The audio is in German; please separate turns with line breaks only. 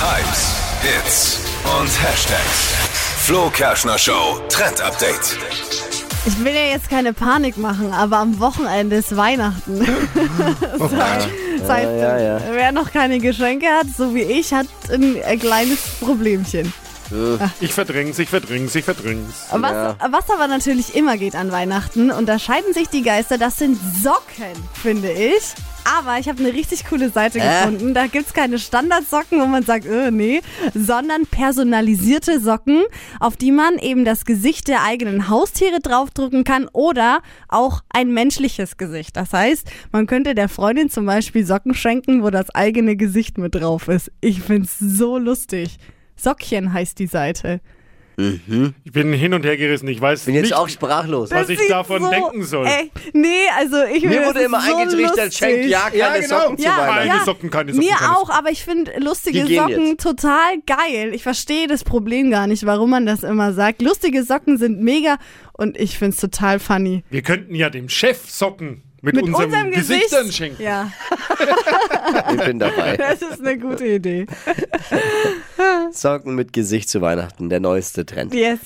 Hypes, Hits und Hashtags. Flo Kerschner Show Trend Update.
Ich will ja jetzt keine Panik machen, aber am Wochenende ist Weihnachten. Das heißt,
ja, ja.
wer noch keine Geschenke hat, so wie ich, hat ein, ein kleines Problemchen.
Ich verdräng's, ich verdräng's, ich verdräng's.
Was,
Ja.
was aber natürlich immer geht an Weihnachten, unterscheiden sich die Geister, das sind Socken, finde ich. Aber ich habe eine richtig coole Seite gefunden. Da gibt's keine Standardsocken, wo man sagt, äh, nee, sondern personalisierte Socken, auf die man eben das Gesicht der eigenen Haustiere draufdrücken kann oder auch ein menschliches Gesicht. Das heißt, man könnte der Freundin zum Beispiel Socken schenken, wo das eigene Gesicht mit drauf ist. Ich find's so lustig. Sockchen heißt die Seite.
Ich bin hin und her gerissen, ich weiß
Bin jetzt
nicht.
auch sprachlos.
Was
Das
ich
sieht
davon denken soll.
Ey, nee, also ich
Mir
das
wurde
ist
immer
so
eingetrichtert,
lustig.
schenkt ja keine
Ja, genau.
Socken zu
Ja,
Weihnachten.
Keine
ja.
Socken, keine Socken.
Mir
keine
auch, aber ich finde lustige
Die gehen
Socken
jetzt.
total geil. Ich verstehe das Problem gar nicht, warum man das immer sagt. Lustige Socken sind mega und ich finde es total funny.
Wir könnten ja dem Chef Socken mit,
Mit
unserem,
unserem
Gesicht
Gesicht.
dann schenken.
Ja,
Ich bin dabei.
das ist eine gute Idee.
Socken mit Gesicht zu Weihnachten, der neueste Trend.
Yes.